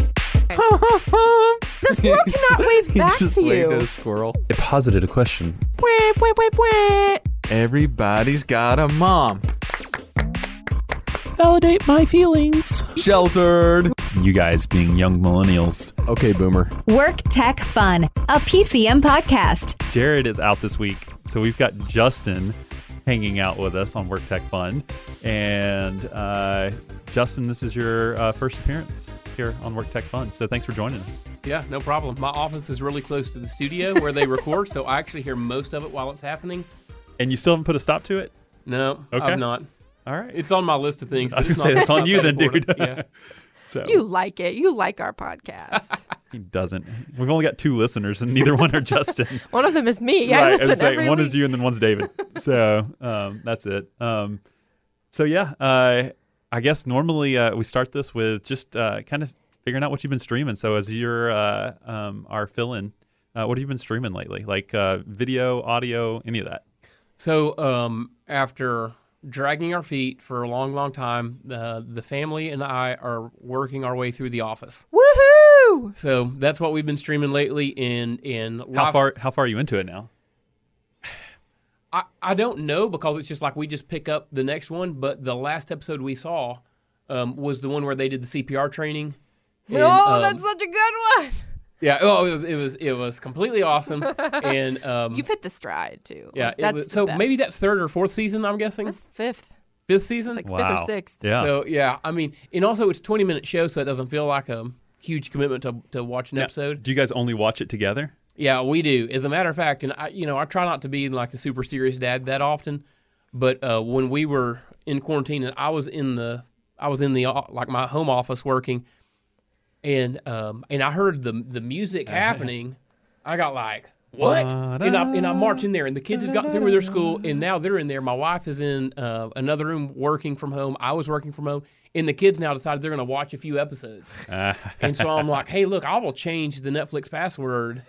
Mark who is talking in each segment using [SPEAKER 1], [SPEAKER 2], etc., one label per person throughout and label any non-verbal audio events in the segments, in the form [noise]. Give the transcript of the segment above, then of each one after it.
[SPEAKER 1] Okay. [laughs] the squirrel cannot wave back
[SPEAKER 2] just
[SPEAKER 1] to
[SPEAKER 2] waved
[SPEAKER 1] you.
[SPEAKER 2] at a squirrel.
[SPEAKER 3] It posited a question.
[SPEAKER 1] Wait, wait, wait, wait.
[SPEAKER 2] Everybody's got a mom.
[SPEAKER 3] Validate my feelings.
[SPEAKER 2] Sheltered.
[SPEAKER 3] You guys being young millennials.
[SPEAKER 2] Okay, boomer.
[SPEAKER 4] Work Tech Fun, a PCM podcast.
[SPEAKER 5] Jared is out this week, so we've got Justin hanging out with us on Work Tech Fun. And uh, Justin, this is your uh, first appearance here on Work Tech Fun, so thanks for joining us.
[SPEAKER 6] Yeah, no problem. My office is really close to the studio where they record, so I actually hear most of it while it's happening.
[SPEAKER 5] And you still haven't put a stop to it?
[SPEAKER 6] No,
[SPEAKER 5] Okay.
[SPEAKER 6] I'm not.
[SPEAKER 5] All right.
[SPEAKER 6] It's on my list of things.
[SPEAKER 5] I was
[SPEAKER 6] but
[SPEAKER 5] gonna say,
[SPEAKER 6] not-
[SPEAKER 5] it's on
[SPEAKER 6] [laughs] not
[SPEAKER 5] you
[SPEAKER 6] that
[SPEAKER 5] then, dude.
[SPEAKER 6] important. yeah.
[SPEAKER 5] so
[SPEAKER 1] You like it. You like our podcast.
[SPEAKER 5] he doesn't. We've only got two listeners, and neither one are Justin.
[SPEAKER 1] one of them is me. Yeah, I
[SPEAKER 5] right. I
[SPEAKER 1] listen
[SPEAKER 5] was saying,
[SPEAKER 1] every
[SPEAKER 5] one
[SPEAKER 1] week.
[SPEAKER 5] is you, and then
[SPEAKER 1] [laughs]
[SPEAKER 5] one's David. so um, that's it. Um, so yeah, uh, I guess normally uh, we start this with just uh, kind of figuring out what you've been streaming. So as you're uh, um, our fill-in, uh, what have you been streaming lately? Like uh, video, audio, any of that?
[SPEAKER 6] So, um, after dragging our feet for a long, long time, uh, the family and I are working our way through the office.
[SPEAKER 1] Woohoo!
[SPEAKER 6] So that's what we've been streaming lately. In in
[SPEAKER 5] How
[SPEAKER 6] live-
[SPEAKER 5] far? How far are you into it now?
[SPEAKER 6] I, I don't know because it's just like we just pick up the next one. But the last episode we saw um, was the one where they did the CPR training. And,
[SPEAKER 1] oh,
[SPEAKER 6] um,
[SPEAKER 1] that's such a good one.
[SPEAKER 6] yeah. Oh, it was it was it was completely awesome.
[SPEAKER 1] [laughs]
[SPEAKER 6] and um,
[SPEAKER 1] You've hit the stride too.
[SPEAKER 6] yeah,
[SPEAKER 1] Like,
[SPEAKER 6] it
[SPEAKER 1] that's
[SPEAKER 6] was-
[SPEAKER 1] the
[SPEAKER 6] so maybe
[SPEAKER 1] best.
[SPEAKER 6] that's third or fourth season. I'm guessing
[SPEAKER 1] that's fifth,
[SPEAKER 6] fifth season.
[SPEAKER 1] like fifth
[SPEAKER 5] Wow.
[SPEAKER 1] or sixth.
[SPEAKER 5] Yeah.
[SPEAKER 6] So yeah, I mean, and also it's a 20 minute show, so it doesn't feel like a huge commitment to to watch an
[SPEAKER 5] Now,
[SPEAKER 6] episode.
[SPEAKER 5] Do you guys only watch it together?
[SPEAKER 6] Yeah, we do. As a matter of fact, and I, you know, I try not to be like the super serious dad that often, but uh, when we were in quarantine and I was in the I was in the o- like my home office working, and um and I heard the the music happening, I got like. What? And I, and I march in there, and the kids had gotten through with their school, and now they're in there. My wife is in uh, another room working from home. I was working from home, and the kids now decided they're going to watch a few episodes. and so I'm like, hey, look, I will change the Netflix password.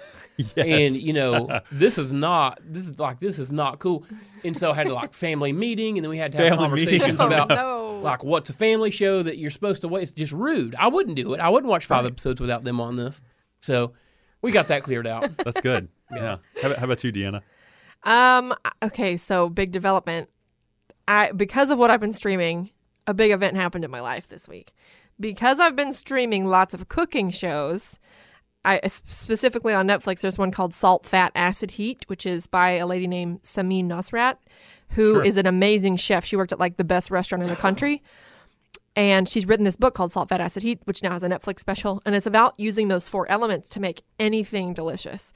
[SPEAKER 6] And you know, this is not this is like this is not cool. And so I had to like family meeting, and then we had to have
[SPEAKER 5] Family meeting.
[SPEAKER 6] conversations
[SPEAKER 1] Oh,
[SPEAKER 6] about
[SPEAKER 1] no.
[SPEAKER 6] like what's a family show that you're supposed to wait. It's just rude. I wouldn't do it. I wouldn't watch five episodes without them on this. So we got that cleared out.
[SPEAKER 5] That's good. yeah. How, about- how about you, Deanna?
[SPEAKER 1] Um. Okay. So big development. I because of what I've been streaming, a big event happened in my life this week. Because I've been streaming lots of cooking shows, I uh, specifically on Netflix. There's one called Salt, Fat, Acid, Heat, which is by a lady named Samin Nosrat, who is an amazing chef. She worked at like the best restaurant in the country. And she's written this book called Salt, Fat, Acid, Heat, which now has a Netflix special. And it's about using those four elements to make anything delicious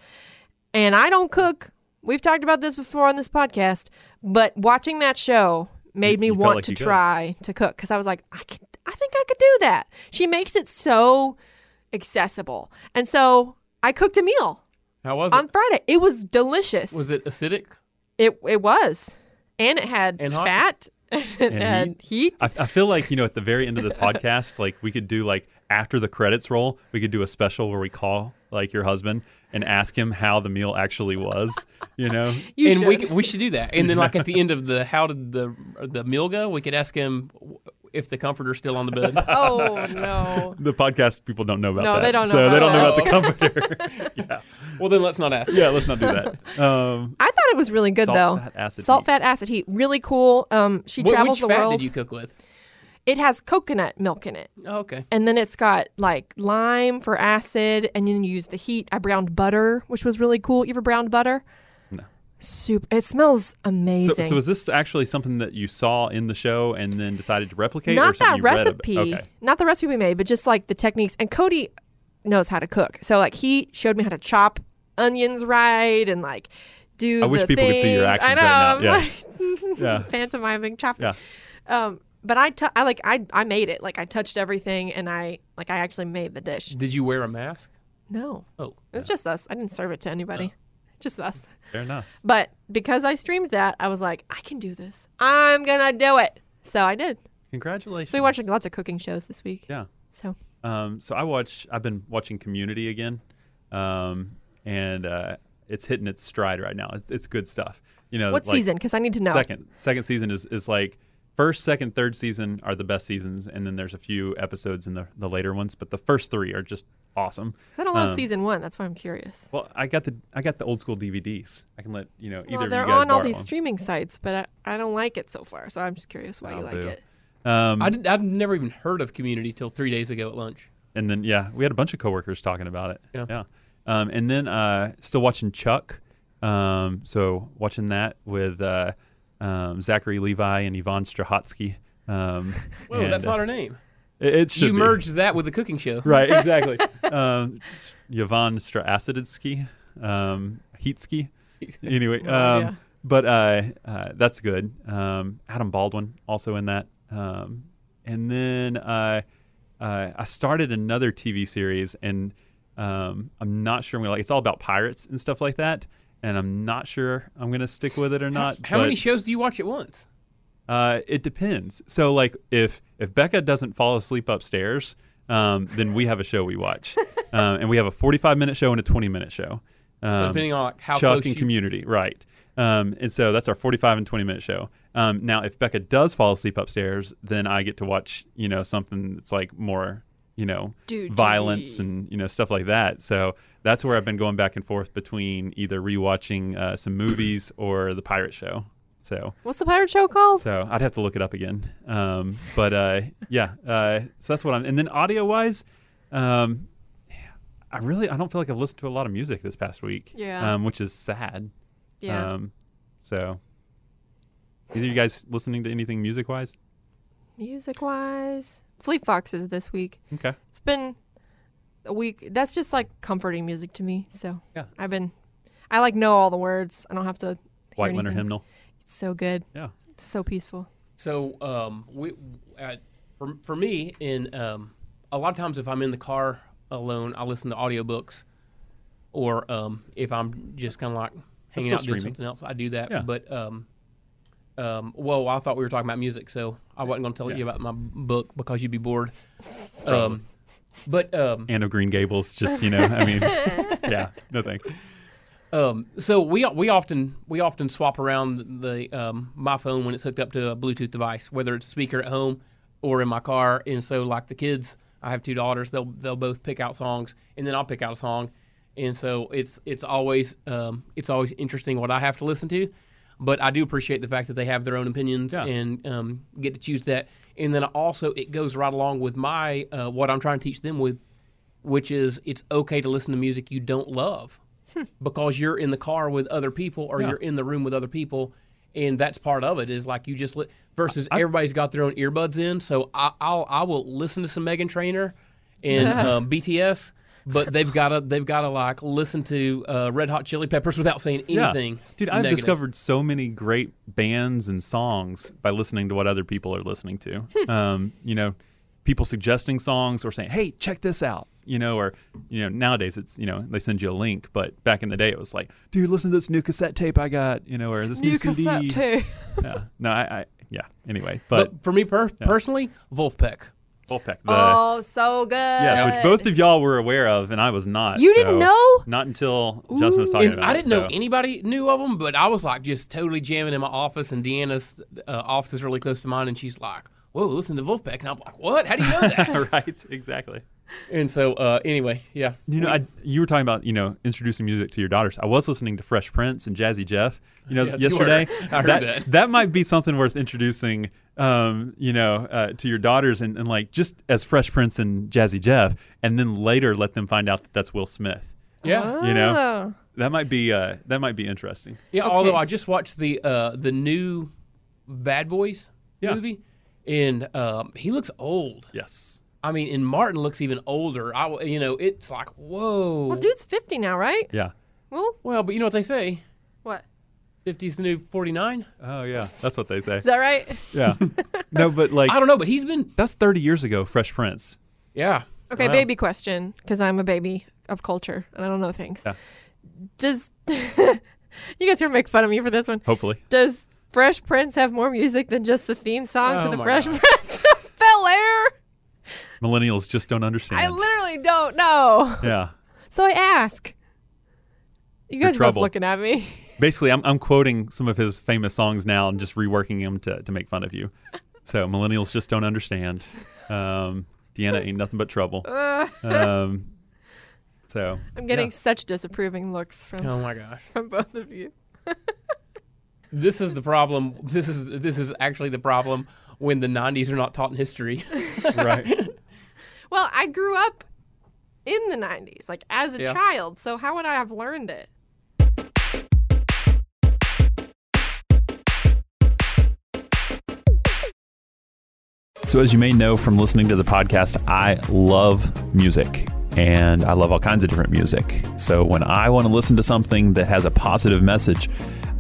[SPEAKER 1] and I don't cook. We've talked about this before on this podcast, but watching that show made me
[SPEAKER 5] you felt
[SPEAKER 1] want
[SPEAKER 5] like
[SPEAKER 1] to
[SPEAKER 5] you could.
[SPEAKER 1] try to cook because I was like, I, could, I think I could do that. She makes it so accessible. And so I cooked a meal
[SPEAKER 6] [laughs] How was
[SPEAKER 1] on
[SPEAKER 6] it?
[SPEAKER 1] Friday. It was delicious.
[SPEAKER 6] Was it acidic?
[SPEAKER 1] it, it was. And it had
[SPEAKER 6] And hot?
[SPEAKER 1] fat [laughs] and, heat.
[SPEAKER 5] I, I feel like you know at the very end of this podcast, like we could do like after the credits roll, we could do a special where we call like your husband and ask him how the meal actually was. You know,
[SPEAKER 1] You
[SPEAKER 6] and we
[SPEAKER 1] should.
[SPEAKER 6] could, we should do that. And then like at the end of the how did the the meal go? We could ask him if the comforter's still on the bed. [laughs]
[SPEAKER 1] oh, no.
[SPEAKER 5] the podcast people don't know about
[SPEAKER 1] No,
[SPEAKER 5] that.
[SPEAKER 1] they don't know
[SPEAKER 5] so they don't
[SPEAKER 1] about
[SPEAKER 5] know about the comforter.
[SPEAKER 6] well, then let's not
[SPEAKER 5] [laughs]
[SPEAKER 6] ask.
[SPEAKER 5] yeah, let's not do that. Um,
[SPEAKER 1] I thought it was really good,
[SPEAKER 5] Salt,
[SPEAKER 1] though.
[SPEAKER 5] fat, acid,
[SPEAKER 1] Salt,
[SPEAKER 5] heat.
[SPEAKER 1] fat, acid, heat. Really cool. Um, she
[SPEAKER 6] What,
[SPEAKER 1] travels
[SPEAKER 6] which
[SPEAKER 1] the
[SPEAKER 6] fat
[SPEAKER 1] world.
[SPEAKER 6] did you cook with?
[SPEAKER 1] it has coconut milk in it.
[SPEAKER 6] Oh, okay.
[SPEAKER 1] And then it's got like lime for acid, and then you use the heat. I browned butter, which was really cool. You ever browned butter?
[SPEAKER 5] No.
[SPEAKER 1] Soup. It smells
[SPEAKER 5] so,
[SPEAKER 1] amazing.
[SPEAKER 5] so is this actually something that you saw in the show and then decided to replicate? or
[SPEAKER 1] not
[SPEAKER 5] something
[SPEAKER 1] that
[SPEAKER 5] you read about-
[SPEAKER 1] recipe,
[SPEAKER 5] Okay.
[SPEAKER 1] not the recipe we made, but just like the techniques. And Cody knows how to cook, so like he showed me how to chop onions right and like do.
[SPEAKER 5] I wish
[SPEAKER 1] the
[SPEAKER 5] people could see your
[SPEAKER 1] things.
[SPEAKER 5] actions
[SPEAKER 1] I
[SPEAKER 5] right
[SPEAKER 1] know.
[SPEAKER 5] now.
[SPEAKER 1] I'm [laughs]
[SPEAKER 5] Yes.
[SPEAKER 1] like,
[SPEAKER 5] Yeah.
[SPEAKER 1] pantomiming chopping.
[SPEAKER 5] Yeah.
[SPEAKER 1] Um, but I, t- I like I, I made it. Like I touched everything, and I like I actually made the dish.
[SPEAKER 6] Did you wear a mask?
[SPEAKER 1] No.
[SPEAKER 6] Oh,
[SPEAKER 1] It was just us. I didn't serve it to anybody. Just us.
[SPEAKER 5] Fair enough.
[SPEAKER 1] But because I streamed that, I was like, I can do this. I'm gonna do it. So I did.
[SPEAKER 5] Congratulations.
[SPEAKER 1] So we watched lots of cooking shows this week.
[SPEAKER 5] Yeah.
[SPEAKER 1] So
[SPEAKER 5] Um, so I watch. I've been watching Community again, um, and uh, it's hitting its stride right now. It's, it's good stuff. You know,
[SPEAKER 1] what
[SPEAKER 5] like,
[SPEAKER 1] season? Because I need to know.
[SPEAKER 5] Second, second season is is like first, second, third season are the best seasons, and then there's a few episodes in the, the later ones, but the first three are just awesome.
[SPEAKER 1] 'Cause I don't love
[SPEAKER 5] Um,
[SPEAKER 1] season one. That's why I'm curious.
[SPEAKER 5] Well, I got the I got the old school DVDs. I can let you know either
[SPEAKER 1] Well,
[SPEAKER 5] of you
[SPEAKER 1] they're
[SPEAKER 5] guys
[SPEAKER 1] on all
[SPEAKER 5] borrow
[SPEAKER 1] these
[SPEAKER 5] them.
[SPEAKER 1] streaming sites, but I, I don't like it so far. So I'm just curious why you
[SPEAKER 5] I'll
[SPEAKER 1] like
[SPEAKER 5] do.
[SPEAKER 1] it.
[SPEAKER 5] Um,
[SPEAKER 6] I did, I'd never even heard of Community till three days ago at lunch.
[SPEAKER 5] and then yeah, we had a bunch of coworkers talking about it.
[SPEAKER 6] Yeah.
[SPEAKER 5] Um, and then uh, still watching Chuck. Um, so watching that with uh, um, Zachary Levi and Yvonne Strahotsky. Um,
[SPEAKER 6] Whoa,
[SPEAKER 5] and,
[SPEAKER 6] that's
[SPEAKER 5] uh,
[SPEAKER 6] not her name.
[SPEAKER 5] It, it should
[SPEAKER 6] You
[SPEAKER 5] be.
[SPEAKER 6] merged that with the cooking show.
[SPEAKER 5] right? Exactly. [laughs] um, Yvonne Strahotsky. Um, Heatsky. Anyway, um,
[SPEAKER 1] idea.
[SPEAKER 5] but uh, uh, that's good. Um, Adam Baldwin also in that. Um, and then uh, uh, I started another TV series, and um, I'm not sure I'm gonna like. It's all about pirates and stuff like that, and I'm not sure I'm gonna stick with it or not.
[SPEAKER 6] How
[SPEAKER 5] but,
[SPEAKER 6] many shows do you watch at once?
[SPEAKER 5] uh, it depends. So like if if Becca doesn't fall asleep upstairs, um, then we have a show we watch, um, and we have a forty five minute show and a twenty minute show. Um,
[SPEAKER 6] So depending on like, how
[SPEAKER 5] Chuck
[SPEAKER 6] close
[SPEAKER 5] and
[SPEAKER 6] you,
[SPEAKER 5] Community, right? Um, and so that's our forty five and twenty minute show. Um, now if Becca does fall asleep upstairs, then I get to watch you know something that's like more you know
[SPEAKER 1] Dude,
[SPEAKER 5] violence
[SPEAKER 1] TV.
[SPEAKER 5] and you know stuff like that. So that's where I've been going back and forth between either rewatching uh, some movies or the pirate show. So
[SPEAKER 1] What's the pirate show called?
[SPEAKER 5] so I'd have to look it up again. Um, but uh, yeah, uh, so that's what I'm. And then audio wise, um, I really I don't feel like I've listened to a lot of music this past week.
[SPEAKER 1] Yeah.
[SPEAKER 5] Um, which is sad.
[SPEAKER 1] yeah.
[SPEAKER 5] Um, so either you guys listening to anything music wise?
[SPEAKER 1] Music wise, Fleet Foxes this week.
[SPEAKER 5] Okay.
[SPEAKER 1] It's been a week. That's just like comforting music to me. So
[SPEAKER 5] Yeah.
[SPEAKER 1] I've been, I like know all the words. I don't have to. hear
[SPEAKER 5] White Winter
[SPEAKER 1] anything.
[SPEAKER 5] Hymnal.
[SPEAKER 1] It's so good.
[SPEAKER 5] Yeah.
[SPEAKER 1] It's so peaceful.
[SPEAKER 6] So um, we, uh, for, for me, in um, a lot of times if I'm in the car alone, I listen to audiobooks, or um, if I'm just kind of like hanging
[SPEAKER 5] still
[SPEAKER 6] out doing
[SPEAKER 5] streaming.
[SPEAKER 6] something else, I do that.
[SPEAKER 5] Yeah.
[SPEAKER 6] But um, um, well, I thought we were talking about music, so I wasn't going to tell
[SPEAKER 5] Yeah.
[SPEAKER 6] you about my book because you'd be bored. Um, but um,
[SPEAKER 5] And of Green Gables, just you know,
[SPEAKER 1] [laughs]
[SPEAKER 5] I mean, yeah, no thanks.
[SPEAKER 6] Um, so we we often we often swap around the um, my phone when it's hooked up to a Bluetooth device, whether it's a speaker at home or in my car. And so, like the kids, I have two daughters. They'll they'll both pick out songs, and then I'll pick out a song. And so it's it's always um, it's always interesting what I have to listen to, but I do appreciate the fact that they have their own opinions
[SPEAKER 5] Yeah.
[SPEAKER 6] and um, get to choose that. And then also it goes right along with my uh, what I'm trying to teach them with which is it's okay to listen to music you don't love because you're in the car with other people or
[SPEAKER 5] Yeah.
[SPEAKER 6] you're in the room with other people and that's part of it is like you just li- versus everybody's got their own earbuds in so I, I'll I will listen to some Megan Trainor and um, BTS but they've got to they've got to like listen to uh, Red Hot Chili Peppers without saying anything
[SPEAKER 5] Yeah. Dude, I've
[SPEAKER 6] negative.
[SPEAKER 5] discovered so many great bands and songs by listening to what other people are listening to. um, you know, people suggesting songs or saying, "Hey, check this out." You know, or you know, nowadays it's you know they send you a link, but back in the day it was like, "Dude, listen to this new cassette tape I got," you know, or this new, CD.
[SPEAKER 1] cassette too.
[SPEAKER 5] Yeah. No, I, I yeah. Anyway,
[SPEAKER 6] but,
[SPEAKER 5] but,
[SPEAKER 6] for me per- personally Wolfpack
[SPEAKER 5] Wolfpack, the
[SPEAKER 1] oh, so good.
[SPEAKER 5] yes, which both of y'all were aware of, and I was not.
[SPEAKER 1] You didn't
[SPEAKER 5] so-
[SPEAKER 1] know?
[SPEAKER 5] Not until Justin was talking
[SPEAKER 6] And
[SPEAKER 5] about
[SPEAKER 6] I
[SPEAKER 5] it,
[SPEAKER 6] didn't know
[SPEAKER 5] so-
[SPEAKER 6] anybody knew of them, but I was like just totally jamming in my office, and Deanna's uh, office is really close to mine, and she's like, "Whoa, listen to Wolfpack," and I'm like, "What? How do you know
[SPEAKER 5] [laughs]
[SPEAKER 6] that?"
[SPEAKER 5] right. Exactly.
[SPEAKER 6] [laughs] and so, uh, anyway, yeah,
[SPEAKER 5] You know, I, you were talking about you know introducing music to your daughters. I was listening to Fresh Prince and Jazzy Jeff. You know,
[SPEAKER 6] [laughs] Yes, you were.
[SPEAKER 5] yesterday.
[SPEAKER 6] I heard that.
[SPEAKER 5] might be something worth introducing. Um, you know, uh, to your daughters and, and like just as Fresh Prince and Jazzy Jeff, and then later let them find out that that's Will Smith.
[SPEAKER 6] yeah,
[SPEAKER 5] You know,
[SPEAKER 1] Oh.
[SPEAKER 5] that might be uh, that might be interesting.
[SPEAKER 6] yeah. Although
[SPEAKER 1] Okay.
[SPEAKER 6] I just watched the uh, the new Bad Boys
[SPEAKER 5] Yeah.
[SPEAKER 6] movie, and um, he looks old.
[SPEAKER 5] Yes.
[SPEAKER 6] I mean, and Martin looks even older. I, w- you know, it's like, whoa.
[SPEAKER 1] Well, dude's 50 now, right?
[SPEAKER 5] Yeah.
[SPEAKER 1] Well,
[SPEAKER 6] Well, but you know what they say?
[SPEAKER 1] what?
[SPEAKER 6] 50's the new 49.
[SPEAKER 5] Oh yeah, that's what they
[SPEAKER 6] [laughs]
[SPEAKER 5] say.
[SPEAKER 1] Is that right?
[SPEAKER 5] Yeah. no, but like
[SPEAKER 6] I don't know, but he's been,
[SPEAKER 5] that's 30 years ago. Fresh Prince.
[SPEAKER 6] yeah.
[SPEAKER 1] Okay,
[SPEAKER 6] Wow.
[SPEAKER 1] baby question, because I'm a baby of culture and I don't know things.
[SPEAKER 5] Yeah.
[SPEAKER 1] Does [laughs] you guys are gonna make fun of me for this one?
[SPEAKER 5] Hopefully.
[SPEAKER 1] Does Fresh Prince have more music than just the theme song
[SPEAKER 6] Oh
[SPEAKER 1] to the
[SPEAKER 6] my
[SPEAKER 1] Fresh
[SPEAKER 6] God.
[SPEAKER 1] Prince of Bel Air?
[SPEAKER 5] Millennials just don't understand.
[SPEAKER 1] I literally don't know,
[SPEAKER 5] yeah.
[SPEAKER 1] so I ask. You guys are both
[SPEAKER 5] trouble.
[SPEAKER 1] looking at me. [laughs]
[SPEAKER 5] Basically, I'm, I'm quoting some of his famous songs now and just reworking them to, to make fun of you. So millennials just don't understand. Um, Deanna ain't nothing but trouble. Um, so
[SPEAKER 1] I'm getting
[SPEAKER 5] yeah.
[SPEAKER 1] such disapproving looks from
[SPEAKER 6] Oh my gosh.
[SPEAKER 1] from both of you.
[SPEAKER 6] This is the problem. This is this is actually the problem when the 90s are not taught in history.
[SPEAKER 5] right.
[SPEAKER 1] Well, I grew up in the 90s, like as a
[SPEAKER 6] Yeah.
[SPEAKER 1] child, so how would I have learned it?
[SPEAKER 3] So, as you may know from listening to the podcast, I love music and I love all kinds of different music. So, when I want to listen to something that has a positive message,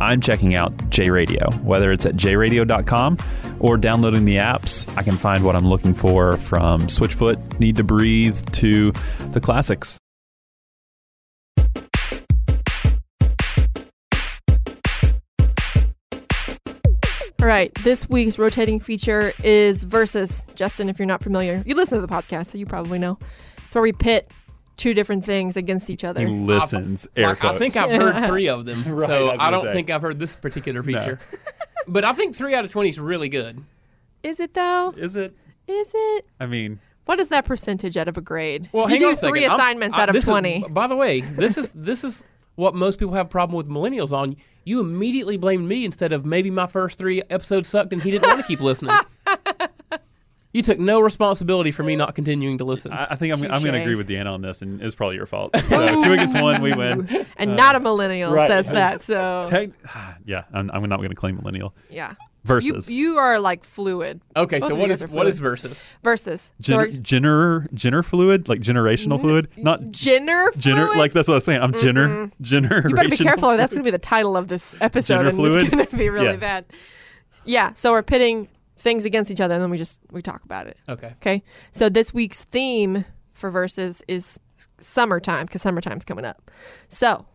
[SPEAKER 3] I'm checking out J Radio, whether it's at jradio.com or downloading the apps. I can find what I'm looking for from Switchfoot, Need to Breathe, to the classics.
[SPEAKER 1] All right, this week's rotating feature is Versus. Justin, if you're not familiar, you listen to the podcast, so you probably know. It's where we pit two different things against each
[SPEAKER 3] He
[SPEAKER 1] other.
[SPEAKER 3] listens, air
[SPEAKER 6] Like, [laughs] I
[SPEAKER 3] quotes.
[SPEAKER 6] think I've heard three of them,
[SPEAKER 5] [laughs] Right,
[SPEAKER 6] so
[SPEAKER 5] I was
[SPEAKER 6] I,
[SPEAKER 5] gonna
[SPEAKER 6] don't
[SPEAKER 5] say.
[SPEAKER 6] think I've heard this particular feature.
[SPEAKER 5] [laughs]
[SPEAKER 6] but I think three out of twenty is really good.
[SPEAKER 1] Is it though?
[SPEAKER 5] Is it?
[SPEAKER 1] Is it?
[SPEAKER 5] I mean,
[SPEAKER 1] What is that percentage out of a grade?
[SPEAKER 6] Well,
[SPEAKER 1] you
[SPEAKER 6] hang
[SPEAKER 1] do
[SPEAKER 6] on a second.
[SPEAKER 1] three
[SPEAKER 6] I'm-
[SPEAKER 1] assignments
[SPEAKER 6] I-
[SPEAKER 1] out of
[SPEAKER 6] this is-
[SPEAKER 1] 20.
[SPEAKER 6] [laughs] by the way, this is this is what most people have problem with millennials on. You immediately blamed me instead of maybe my first three episodes sucked and he didn't want to keep [laughs] listening. You took no responsibility for me not continuing to listen.
[SPEAKER 5] I, I think I'm, I'm going
[SPEAKER 1] Touche.
[SPEAKER 5] to agree with Deanna on this, and it's probably
[SPEAKER 3] [laughs]
[SPEAKER 5] your fault. So, two against one, we
[SPEAKER 6] Uh,
[SPEAKER 5] win.
[SPEAKER 1] and not a millennial
[SPEAKER 5] right.
[SPEAKER 1] says that, so
[SPEAKER 5] Tec- [sighs] yeah, I'm, I'm not going to claim millennial.
[SPEAKER 1] yeah.
[SPEAKER 5] Versus.
[SPEAKER 1] You, you are like fluid.
[SPEAKER 6] okay,
[SPEAKER 1] Both
[SPEAKER 6] so
[SPEAKER 1] of
[SPEAKER 6] what
[SPEAKER 1] you
[SPEAKER 6] is
[SPEAKER 1] guys are
[SPEAKER 6] what is
[SPEAKER 1] fluid.
[SPEAKER 6] versus?
[SPEAKER 1] Versus. So
[SPEAKER 5] Gen-
[SPEAKER 1] we're-
[SPEAKER 5] Jenner, Jenner fluid, like generational fluid, not
[SPEAKER 1] Jenner
[SPEAKER 5] Jenner.
[SPEAKER 1] fluid?
[SPEAKER 5] Like that's what I was saying. I'm Jenner. Jenner.
[SPEAKER 1] You better be careful. or That's going to be the title of this episode, and
[SPEAKER 5] Gender
[SPEAKER 1] it's
[SPEAKER 5] fluid?
[SPEAKER 1] going to be really
[SPEAKER 5] Yeah.
[SPEAKER 1] bad. Yeah. So we're pitting things against each other, and then we just we talk about it.
[SPEAKER 6] Okay.
[SPEAKER 1] Okay. So this week's theme for verses is summertime because summertime's coming up. So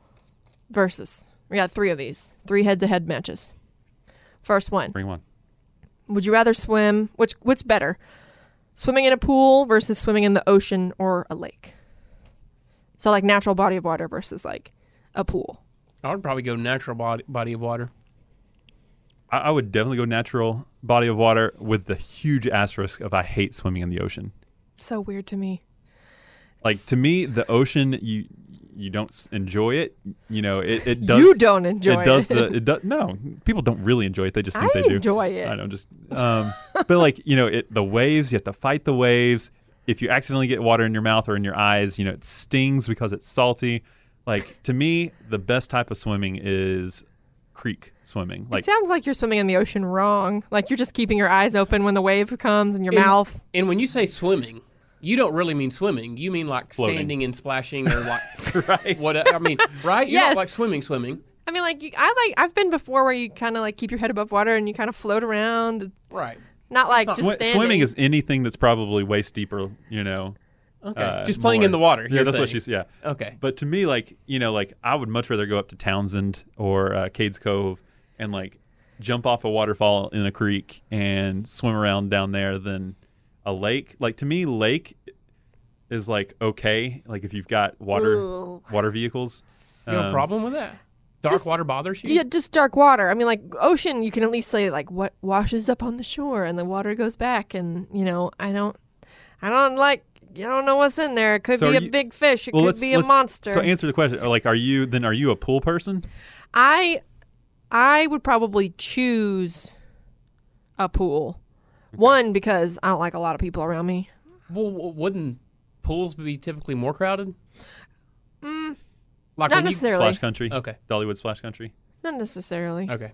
[SPEAKER 1] verses. We got three of these, three head-to-head matches. First one:
[SPEAKER 5] Bring one.
[SPEAKER 1] Would you rather swim? Which what's better, swimming in a pool versus swimming in the ocean or a lake? So like natural body of water versus like a pool.
[SPEAKER 6] I would probably go natural body, body of water.
[SPEAKER 5] I, I would definitely go natural body of water with the huge asterisk of I hate swimming in the ocean.
[SPEAKER 1] So weird to me.
[SPEAKER 5] Like to me, the ocean you you don't s- enjoy it. You know it. it does,
[SPEAKER 1] [laughs] you don't enjoy
[SPEAKER 5] it does the it does no people don't really enjoy it they just think
[SPEAKER 1] I
[SPEAKER 5] they do
[SPEAKER 1] enjoy it.
[SPEAKER 5] i know just um but like you know it the waves you have to fight the waves if you accidentally get water in your mouth or in your eyes you know it stings because it's salty like to me the best type of swimming is creek swimming like
[SPEAKER 1] it sounds like you're swimming in the ocean wrong. Like you're just keeping your eyes open when the wave comes and your
[SPEAKER 6] In-
[SPEAKER 1] mouth.
[SPEAKER 6] And when you say swimming, you don't really mean swimming. You mean like
[SPEAKER 5] Floating.
[SPEAKER 6] standing and splashing or
[SPEAKER 5] [laughs]
[SPEAKER 6] like
[SPEAKER 5] Right.
[SPEAKER 6] what I mean, right? You
[SPEAKER 1] Yes.
[SPEAKER 6] don't like swimming swimming.
[SPEAKER 1] I mean, like you, I like I've been before where you kind of like keep your head above water and you kind of float around,
[SPEAKER 6] Right.
[SPEAKER 1] not like just
[SPEAKER 5] Swi-
[SPEAKER 1] standing.
[SPEAKER 5] swimming is anything that's probably waist deeper you know
[SPEAKER 6] Okay.
[SPEAKER 5] uh,
[SPEAKER 6] Just playing in
[SPEAKER 5] more.
[SPEAKER 6] the water.
[SPEAKER 5] yeah
[SPEAKER 6] you're
[SPEAKER 5] that's what
[SPEAKER 6] saying.
[SPEAKER 5] she's yeah
[SPEAKER 6] Okay.
[SPEAKER 5] But to me, like you know, like I would much rather go up to Townsend or uh, Cades Cove and like jump off a waterfall in a creek and swim around down there than a lake. Like to me, lake is like okay, like if you've got water
[SPEAKER 1] Ooh.
[SPEAKER 5] water vehicles.
[SPEAKER 6] You have a
[SPEAKER 5] Um,
[SPEAKER 6] problem with that? Dark
[SPEAKER 1] just-
[SPEAKER 6] water bothers you?
[SPEAKER 1] yeah, just dark water. I mean, like ocean, you can at least say like what washes up on the shore and the water goes back, and you know, I don't, I don't like. You don't know what's in there. It could
[SPEAKER 5] So
[SPEAKER 1] be
[SPEAKER 5] are
[SPEAKER 1] a
[SPEAKER 5] you-
[SPEAKER 1] big fish. It
[SPEAKER 5] Well,
[SPEAKER 1] could
[SPEAKER 5] let's,
[SPEAKER 1] be a
[SPEAKER 5] let's-
[SPEAKER 1] monster.
[SPEAKER 5] So answer the question. Or, Like, are you then? Are you a pool person?
[SPEAKER 1] I I would probably choose a pool. One because I don't like a lot of people around me.
[SPEAKER 6] Well, w- wouldn't pools be typically more crowded? Like
[SPEAKER 1] Mm, Not
[SPEAKER 6] when you-
[SPEAKER 1] necessarily.
[SPEAKER 5] Splash country.
[SPEAKER 6] Okay.
[SPEAKER 5] Dollywood splash country.
[SPEAKER 1] Not necessarily.
[SPEAKER 6] Okay.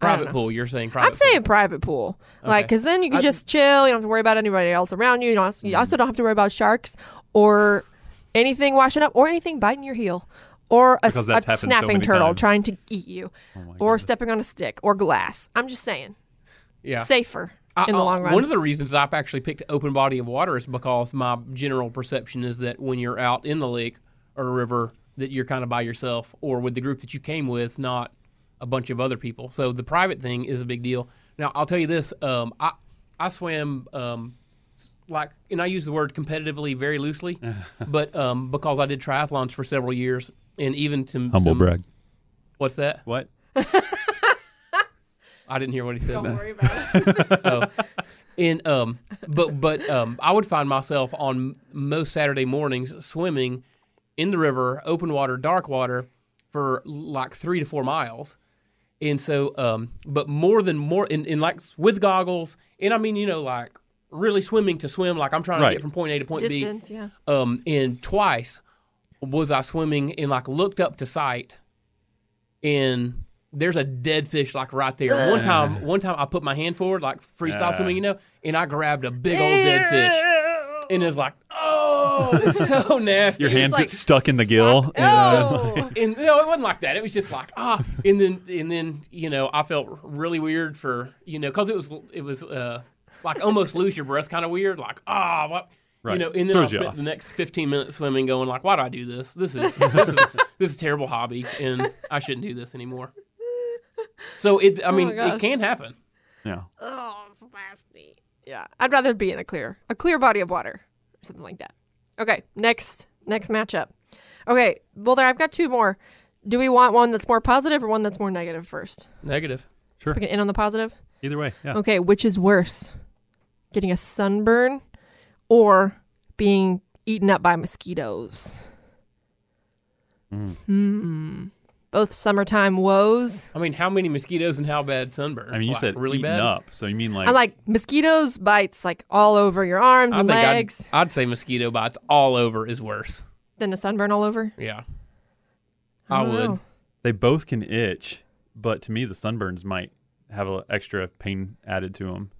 [SPEAKER 6] Private pool. You're saying private.
[SPEAKER 1] I'm saying private pool, like because then you can just chill. You don't have to worry about anybody else around you. You, don't, you
[SPEAKER 5] Mm-hmm.
[SPEAKER 1] also don't have to worry about sharks or anything washing up or anything biting your heel or a,
[SPEAKER 5] Because
[SPEAKER 1] a
[SPEAKER 5] that's happened so
[SPEAKER 1] snapping
[SPEAKER 5] many
[SPEAKER 1] turtle
[SPEAKER 5] times. Oh
[SPEAKER 1] trying to eat you or stepping on a stick or glass. I'm just saying,
[SPEAKER 6] Pool. Yeah.
[SPEAKER 1] safer
[SPEAKER 6] I-
[SPEAKER 1] in the
[SPEAKER 6] I-
[SPEAKER 1] long run.
[SPEAKER 6] One of the reasons I've actually picked open body of water is because my general perception is that when you're out in the lake or river, that you're kind of by yourself or with the group that you came with, not a bunch of other people. So the private thing is a big deal. Now I'll tell you this: um, I I swam um, like, and I use the word competitively very loosely, but um, because I did triathlons for several years, and even to
[SPEAKER 3] Humble
[SPEAKER 6] some-
[SPEAKER 3] brag.
[SPEAKER 6] What's that?
[SPEAKER 5] What?
[SPEAKER 6] I didn't hear what he said.
[SPEAKER 1] Don't worry about it.
[SPEAKER 6] [laughs] Oh. and um, but but um, I would find myself on most Saturday mornings swimming in the river, open water, dark water, for like three to four miles. And so, um, but more than more, and, and like with goggles, and I mean, you know, like really swimming to swim, like I'm trying to
[SPEAKER 3] Right.
[SPEAKER 6] get from point A to point B
[SPEAKER 1] Distance,
[SPEAKER 6] [laughs]
[SPEAKER 1] yeah.
[SPEAKER 6] um, and twice was I swimming and like looked up to sight, and there's a dead fish like right there. One time, one time I put my hand forward like freestyle swimming, you know, and I grabbed a big old dead fish, and it's like, oh, it's so
[SPEAKER 3] [laughs]
[SPEAKER 6] nasty.
[SPEAKER 3] Your
[SPEAKER 6] It was
[SPEAKER 3] hand
[SPEAKER 1] like,
[SPEAKER 3] gets stuck in the gill.
[SPEAKER 5] [laughs]
[SPEAKER 1] Oh,
[SPEAKER 6] and no, it wasn't like that. It was just like ah, and then and then you know I felt really weird for you know because it was it was uh like almost lose your breath kind of weird like ah what
[SPEAKER 5] Right.
[SPEAKER 6] you know and then
[SPEAKER 5] Throws
[SPEAKER 6] I
[SPEAKER 5] you
[SPEAKER 6] spent
[SPEAKER 5] off.
[SPEAKER 6] the next fifteen minutes swimming going like why do I do this this is this is this is a terrible hobby and I shouldn't do this anymore. So it I mean
[SPEAKER 1] Oh gosh.
[SPEAKER 6] it can happen.
[SPEAKER 5] Yeah.
[SPEAKER 1] oh, it's nasty. Yeah, I'd rather be in a clear, a clear body of water, or something like that. Okay, next, next matchup. Okay, well there, I've got two more. Do we want one that's more positive or one that's more negative first?
[SPEAKER 6] Negative.
[SPEAKER 1] So we can end on the positive.
[SPEAKER 5] Either way. Yeah.
[SPEAKER 1] Okay, which is worse, getting a sunburn or being eaten up by mosquitoes? Hmm.
[SPEAKER 6] Mm.
[SPEAKER 1] Both summertime woes.
[SPEAKER 6] I mean how many mosquitoes and how bad sunburn?
[SPEAKER 5] I mean, you
[SPEAKER 6] Like,
[SPEAKER 5] said
[SPEAKER 6] really
[SPEAKER 5] eaten
[SPEAKER 6] bad.
[SPEAKER 5] up, so you mean like,
[SPEAKER 1] I'm like mosquitoes bites like all over your arms
[SPEAKER 6] I
[SPEAKER 1] and
[SPEAKER 6] think I'd-
[SPEAKER 1] legs.
[SPEAKER 6] I'd say mosquito bites all over is worse.
[SPEAKER 1] Then a sunburn all over.
[SPEAKER 6] Yeah. I,
[SPEAKER 1] don't
[SPEAKER 6] would.
[SPEAKER 1] know.
[SPEAKER 5] they both can itch, but to me the sunburns might have an extra pain added to them.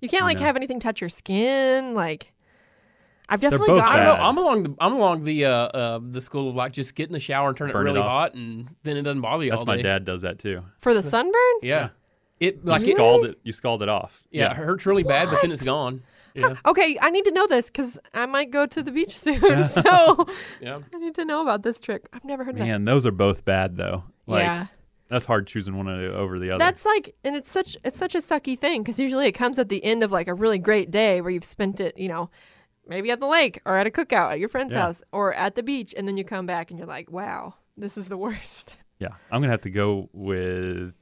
[SPEAKER 1] You can't like
[SPEAKER 5] know.
[SPEAKER 1] have anything touch your skin. Like I've
[SPEAKER 5] They're
[SPEAKER 1] definitely
[SPEAKER 5] both
[SPEAKER 6] I
[SPEAKER 1] got
[SPEAKER 6] don't know.
[SPEAKER 5] bad.
[SPEAKER 6] I'm along the I'm along the uh, uh, the school of like just get in the shower and turn
[SPEAKER 5] Burn
[SPEAKER 6] it
[SPEAKER 5] it
[SPEAKER 6] really
[SPEAKER 5] off.
[SPEAKER 6] hot, and then it doesn't bother you
[SPEAKER 5] That's
[SPEAKER 6] all
[SPEAKER 5] my
[SPEAKER 6] day.
[SPEAKER 5] dad does that too.
[SPEAKER 1] for the sunburn.
[SPEAKER 6] Yeah, it like
[SPEAKER 5] You
[SPEAKER 6] it,
[SPEAKER 5] scald it. You scald it off.
[SPEAKER 6] yeah, it hurts really bad, but then it's gone. Yeah,
[SPEAKER 1] Okay, I need to know this because I might go to the beach [laughs] soon. so
[SPEAKER 6] yeah.
[SPEAKER 1] I need to know about this trick. I've never heard of that.
[SPEAKER 5] Man, those are both bad though. Like,
[SPEAKER 1] yeah,
[SPEAKER 5] That's hard choosing one o- over the other.
[SPEAKER 1] that's like, and it's such it's such a sucky thing because usually it comes at the end of like a really great day where you've spent it, you know, maybe at the lake or at a cookout at your friend's
[SPEAKER 5] Yeah.
[SPEAKER 1] house or at the beach, and then you come back and you're like, wow, this is the worst.
[SPEAKER 5] yeah. I'm gonna have to go with.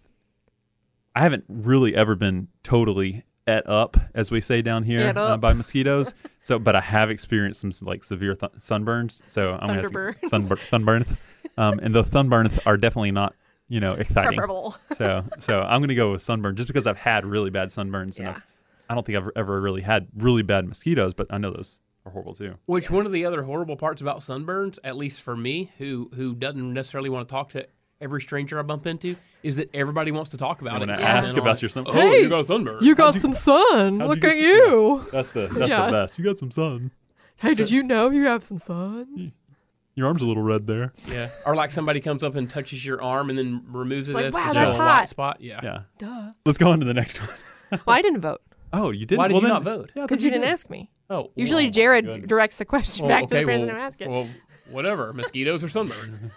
[SPEAKER 5] I haven't really ever been totally et up, as we say down here,
[SPEAKER 1] Et
[SPEAKER 5] uh,
[SPEAKER 1] up.
[SPEAKER 5] by mosquitoes. [laughs] so, but I have experienced some like severe th- sunburns. So I'm gonna have to,
[SPEAKER 1] Thunderburns.
[SPEAKER 5] thunbur- sunburns. Um, and the sunburns are definitely not,
[SPEAKER 1] [laughs]
[SPEAKER 5] you know, exciting.
[SPEAKER 1] Preferable.
[SPEAKER 5] So, so I'm gonna go with sunburn just because I've had really bad sunburns, and
[SPEAKER 1] Yeah.
[SPEAKER 5] I've, I don't think I've ever really had really bad mosquitoes, but I know those are horrible too.
[SPEAKER 6] Which one of the other horrible parts about sunburns, at least for me, who who doesn't necessarily want to talk to every stranger I bump into, is that everybody wants to talk about
[SPEAKER 5] When
[SPEAKER 6] it.
[SPEAKER 5] I
[SPEAKER 6] and
[SPEAKER 5] ask
[SPEAKER 6] comment on
[SPEAKER 5] about
[SPEAKER 6] it.
[SPEAKER 5] your sunburn,
[SPEAKER 6] oh,
[SPEAKER 1] Hey,
[SPEAKER 6] you got sunburn.
[SPEAKER 1] You got some sun.
[SPEAKER 5] how'd
[SPEAKER 1] Look
[SPEAKER 5] you
[SPEAKER 1] at
[SPEAKER 5] get some
[SPEAKER 1] you.
[SPEAKER 5] that's the that's
[SPEAKER 1] Yeah.
[SPEAKER 5] the best. You got some sun.
[SPEAKER 1] Hey, did you know you have some sun?
[SPEAKER 5] Your arm's a little red there.
[SPEAKER 6] yeah, [laughs] or like somebody comes up and touches your arm and then removes it.
[SPEAKER 1] Like,
[SPEAKER 6] as
[SPEAKER 1] wow,
[SPEAKER 6] the
[SPEAKER 1] that's
[SPEAKER 6] little white
[SPEAKER 1] hot.
[SPEAKER 6] spot. Yeah.
[SPEAKER 5] Yeah.
[SPEAKER 1] Duh.
[SPEAKER 5] Let's go on to the next one. [laughs]
[SPEAKER 1] Well, I didn't vote
[SPEAKER 5] Oh, you didn't.
[SPEAKER 6] Why did
[SPEAKER 5] well,
[SPEAKER 6] you
[SPEAKER 5] then-
[SPEAKER 6] not vote?
[SPEAKER 5] Yeah, I
[SPEAKER 1] because
[SPEAKER 5] thought
[SPEAKER 1] you didn't ask me.
[SPEAKER 6] Oh,
[SPEAKER 1] Usually,
[SPEAKER 6] well,
[SPEAKER 1] Jared
[SPEAKER 5] good.
[SPEAKER 1] directs the question
[SPEAKER 6] Well,
[SPEAKER 1] back to
[SPEAKER 6] okay,
[SPEAKER 1] the person
[SPEAKER 6] well,
[SPEAKER 1] who asked it.
[SPEAKER 6] Well, whatever. Mosquitoes or sunburn.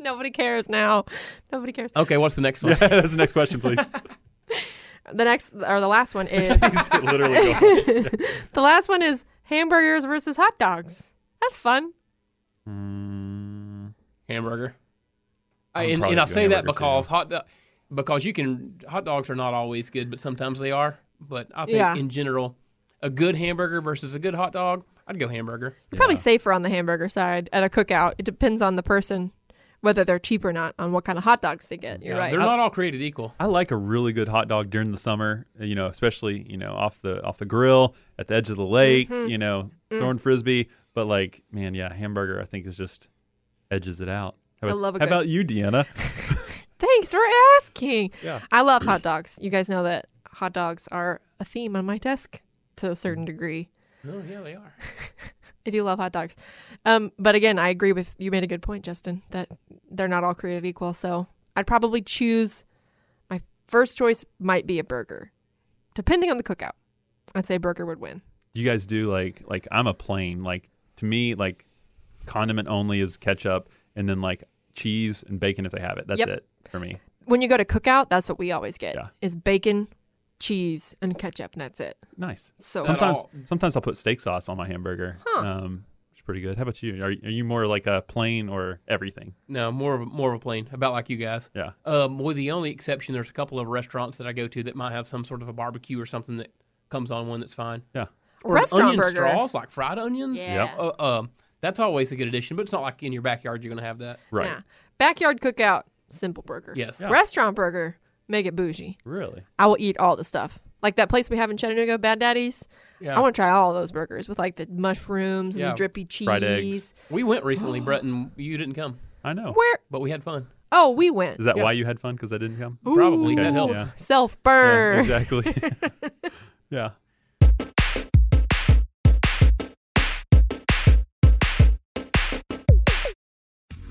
[SPEAKER 1] Nobody cares now. Nobody cares.
[SPEAKER 6] okay, what's the next one?
[SPEAKER 5] did. [laughs] Yeah, that's the next question, please.
[SPEAKER 1] The next or the last
[SPEAKER 6] [laughs]
[SPEAKER 1] one is
[SPEAKER 5] He's literally going.
[SPEAKER 1] the last one is hamburgers versus hot dogs. That's fun.
[SPEAKER 6] Hamburger. I,
[SPEAKER 5] I'm probably
[SPEAKER 6] and and I
[SPEAKER 5] gonna
[SPEAKER 6] say that
[SPEAKER 5] hamburger, too.
[SPEAKER 6] because hot do- because you can hot dogs are not always good, but sometimes they are. But I think
[SPEAKER 1] Yeah.
[SPEAKER 6] in general, a good hamburger versus a good hot dog, I'd go hamburger.
[SPEAKER 1] You're probably safer on the hamburger side at a cookout. It depends on the person whether they're cheap or not, on what kind of hot dogs they get. You're
[SPEAKER 6] Yeah,
[SPEAKER 1] right.
[SPEAKER 6] They're not all created equal.
[SPEAKER 5] I like a really good hot dog during the summer. You know, especially you know off the off the grill at the edge of the lake.
[SPEAKER 1] Mm-hmm.
[SPEAKER 5] You know,
[SPEAKER 1] Mm.
[SPEAKER 5] throwing frisbee. But like, man, yeah, hamburger. I think is just edges it out. How
[SPEAKER 1] I
[SPEAKER 5] about,
[SPEAKER 1] love a
[SPEAKER 5] how
[SPEAKER 1] good-
[SPEAKER 5] about you, Deanna?
[SPEAKER 1] Thanks for asking.
[SPEAKER 5] Yeah.
[SPEAKER 1] I love hot dogs. You guys know that hot dogs are a theme on my desk to a certain degree.
[SPEAKER 6] Oh yeah, they are.
[SPEAKER 1] I do love hot dogs. Um, but again, I agree with you made a good point, Justin, that they're not all created equal. So I'd probably choose my first choice might be a burger. Depending on the cookout. I'd say burger would win.
[SPEAKER 5] you guys do like like I'm a plain like to me like condiment only is ketchup and then like cheese and bacon if they have it. That's
[SPEAKER 1] Yep.
[SPEAKER 5] it for me.
[SPEAKER 1] When you go to cookout, that's what we always get
[SPEAKER 5] Yeah.
[SPEAKER 1] is bacon, cheese, and ketchup, and that's it.
[SPEAKER 5] Nice.
[SPEAKER 1] So
[SPEAKER 5] sometimes
[SPEAKER 6] all.
[SPEAKER 5] sometimes I'll put steak sauce on my hamburger. Um, It's pretty good. How about you? Are, are you more like a plain or everything?
[SPEAKER 6] No, more of a, more of a plane, about like you guys.
[SPEAKER 5] Yeah.
[SPEAKER 6] Um, with the only exception, there's a couple of restaurants that I go to that might have some sort of a barbecue or something that comes on one that's fine.
[SPEAKER 5] Yeah.
[SPEAKER 6] Or
[SPEAKER 1] Restaurant
[SPEAKER 6] onion
[SPEAKER 1] burger.
[SPEAKER 6] straws, like fried onions.
[SPEAKER 1] Yeah. Yep.
[SPEAKER 6] Uh, um, that's always a good addition, but it's not like in your backyard you're going to have that.
[SPEAKER 5] Right.
[SPEAKER 1] Yeah. Backyard cookout, simple burger.
[SPEAKER 6] Yes. Yeah.
[SPEAKER 1] Restaurant burger, make it bougie.
[SPEAKER 5] Really?
[SPEAKER 1] I will eat all the stuff. Like that place we have in Chattanooga, Bad Daddy's.
[SPEAKER 6] Yeah.
[SPEAKER 1] I want to try all those burgers with like the mushrooms and
[SPEAKER 6] Yeah.
[SPEAKER 1] the drippy cheese.
[SPEAKER 5] Fried eggs.
[SPEAKER 6] We went recently, Brett, and you didn't come,
[SPEAKER 5] I know.
[SPEAKER 1] Where?
[SPEAKER 6] but we had fun.
[SPEAKER 1] Oh, we went.
[SPEAKER 5] Is that
[SPEAKER 6] Yeah.
[SPEAKER 5] why you had fun? Because I didn't come?
[SPEAKER 6] Probably
[SPEAKER 5] Okay,
[SPEAKER 6] that helped.
[SPEAKER 5] Yeah.
[SPEAKER 1] Self
[SPEAKER 5] Yeah,
[SPEAKER 1] burn.
[SPEAKER 5] exactly.
[SPEAKER 1] [laughs]
[SPEAKER 5] [laughs] yeah.